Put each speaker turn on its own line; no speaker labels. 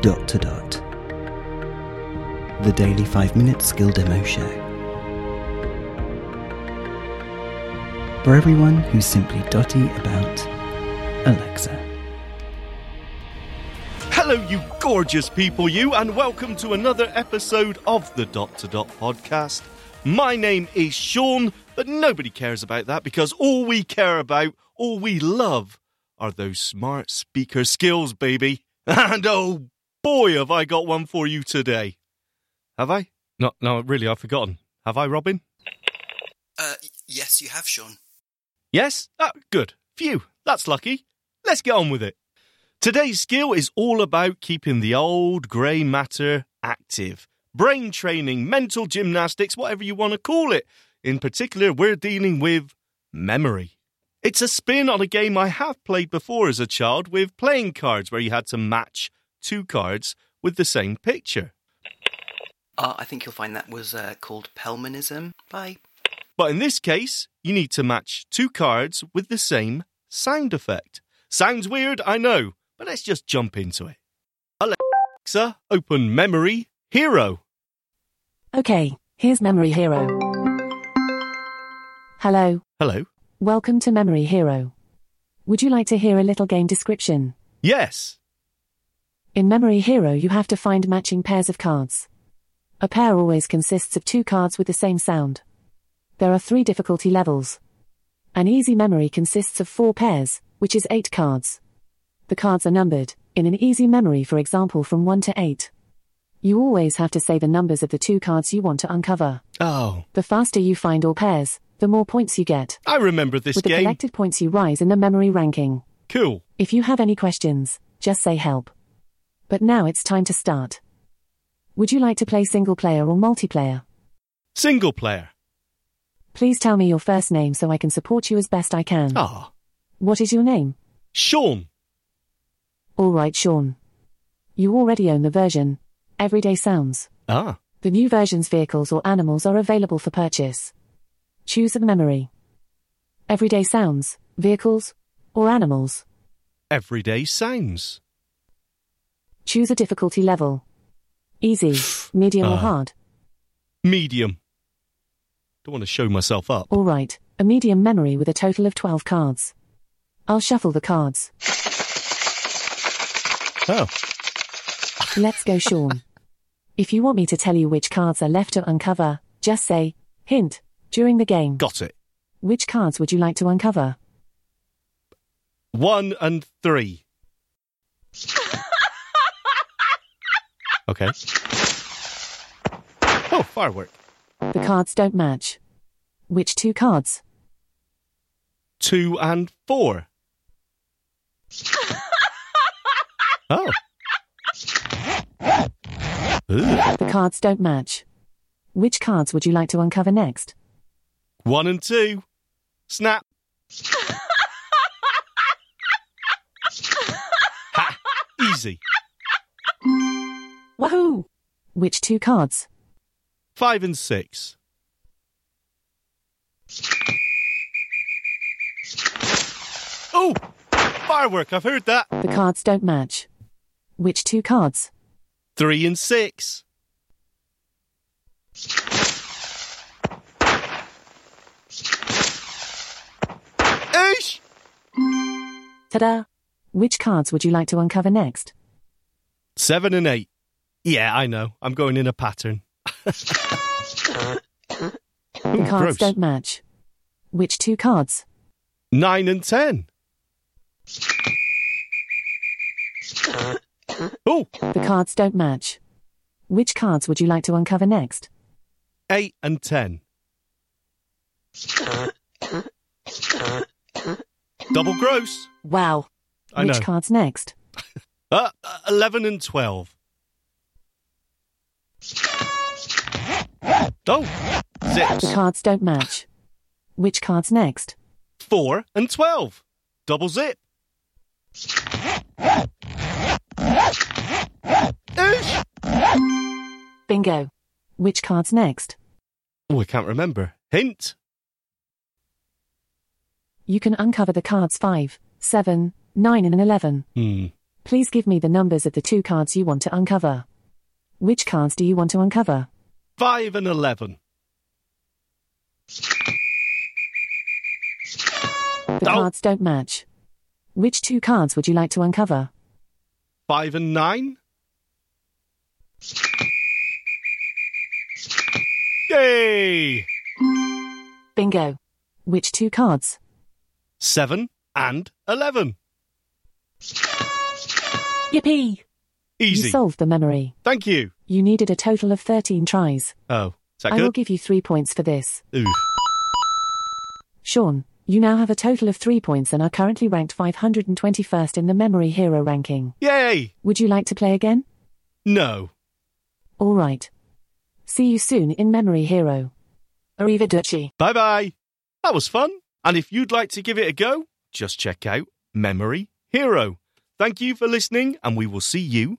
dot to dot. The Daily 5 Minute Skill Demo Show. For everyone who's simply dotty about Alexa.
Hello, you gorgeous people, you, and welcome to another episode of the Dot to Dot podcast. My name is Sean, but nobody cares about that because all we care about, all we love, are those smart speaker skills, baby. And oh boy, have I got one for you today. Have I? No, no, really, I've forgotten. Have I, Robin?
Uh, y- yes, you have, Sean.
Yes? Ah, good. Phew, that's lucky. Let's get on with it. Today's skill is all about keeping the old grey matter active. Brain training, mental gymnastics, whatever you want to call it. In particular, we're dealing with memory. It's a spin on a game I have played before as a child with playing cards, where you had to match two cards with the same picture.
Uh, I think you'll find that was uh, called Pelmanism. Bye.
But in this case, you need to match two cards with the same sound effect. Sounds weird, I know, but let's just jump into it. Alexa, open memory hero.
Okay, here's Memory Hero. Hello,
Hello.
welcome to Memory Hero. Would you like to hear a little game description?
Yes.
In Memory Hero, you have to find matching pairs of cards. A pair always consists of two cards with the same sound. There are three difficulty levels. An easy memory consists of four pairs, which is eight cards. The cards are numbered, in an easy memory, for example, from 1 to 8. You always have to say the numbers of the two cards you want to uncover.
Oh,
The faster you find all pairs, the more points you get.
I remember this
With the
game.
collected points, you rise in the memory ranking.
Cool.
If you have any questions, just say help. But now it's time to start. Would you like to play single player or multiplayer?
Single player.
Please tell me your first name so I can support you as best I can.
Ah,
What is your name?
Sean.
Alright, Sean. You already own the version Everyday Sounds.
Ah,
The new version's vehicles or animals are available for purchase. Choose a memory. Everyday sounds, vehicles, or animals.
everyday sounds.
Choose a difficulty level. Easy, medium,
Ah.
or hard.
Medium. Don't want to show myself up.
All right, a medium memory with a total of 12 cards. I'll shuffle the cards.
Oh,
Let's go, Sean. if you want me to tell you which cards are left to uncover, just say, hint, during the game.
got it.
Which cards would you like to uncover?
One and three. okay. Oh, firework.
The cards don't match. Which two cards?
Two and four. oh. Ooh.
The cards don't match. Which cards would you like to uncover next?
One and two. Snap. ha! Easy.
Wahoo! Which two cards?
Five and six. Oh! Firework, I've heard that.
The cards don't match. Which two cards?
Three and six. Oosh!
Ta da! Which cards would you like to uncover next?
Seven and eight. Yeah, I know. I'm going in a pattern.
The cards
Oh, gross.
don't match. Which two cards?
Nine and ten. Oh,
The cards don't match. Which cards would you like to uncover next?
eight and ten. Double gross.
Wow.
I
Which
know.
cards next?
Uh, uh, 11 and 12. Oh,
The
six,
cards don't match. Which cards next?
four, and 12. Double zip. Oosh.
Bingo. Which cards next?
Oh, I can't remember. Hint.
You can uncover the cards 5, 7, 9, and 11.
Hmm.
Please give me the numbers of the two cards you want to uncover. Which cards do you want to uncover?
5 and 11.
The
Oh.
cards don't match. Which two cards would you like to uncover?
5 and 9. Yay!
Bingo. Which two cards?
7 and 11.
Yippee! You
Easy.
solved the memory.
Thank you.
You needed a total of 13 tries.
Oh, is that
I will
good?
give you three points for this.
Ooh.
Sean, you now have a total of three points and are currently ranked 521st in the Memory Hero ranking.
Yay!
Would you like to play again?
No.
All right. See you soon in Memory Hero. Arrivederci.
Bye bye. That was fun. And if you'd like to give it a go, just check out Memory Hero. Thank you for listening, and we will see you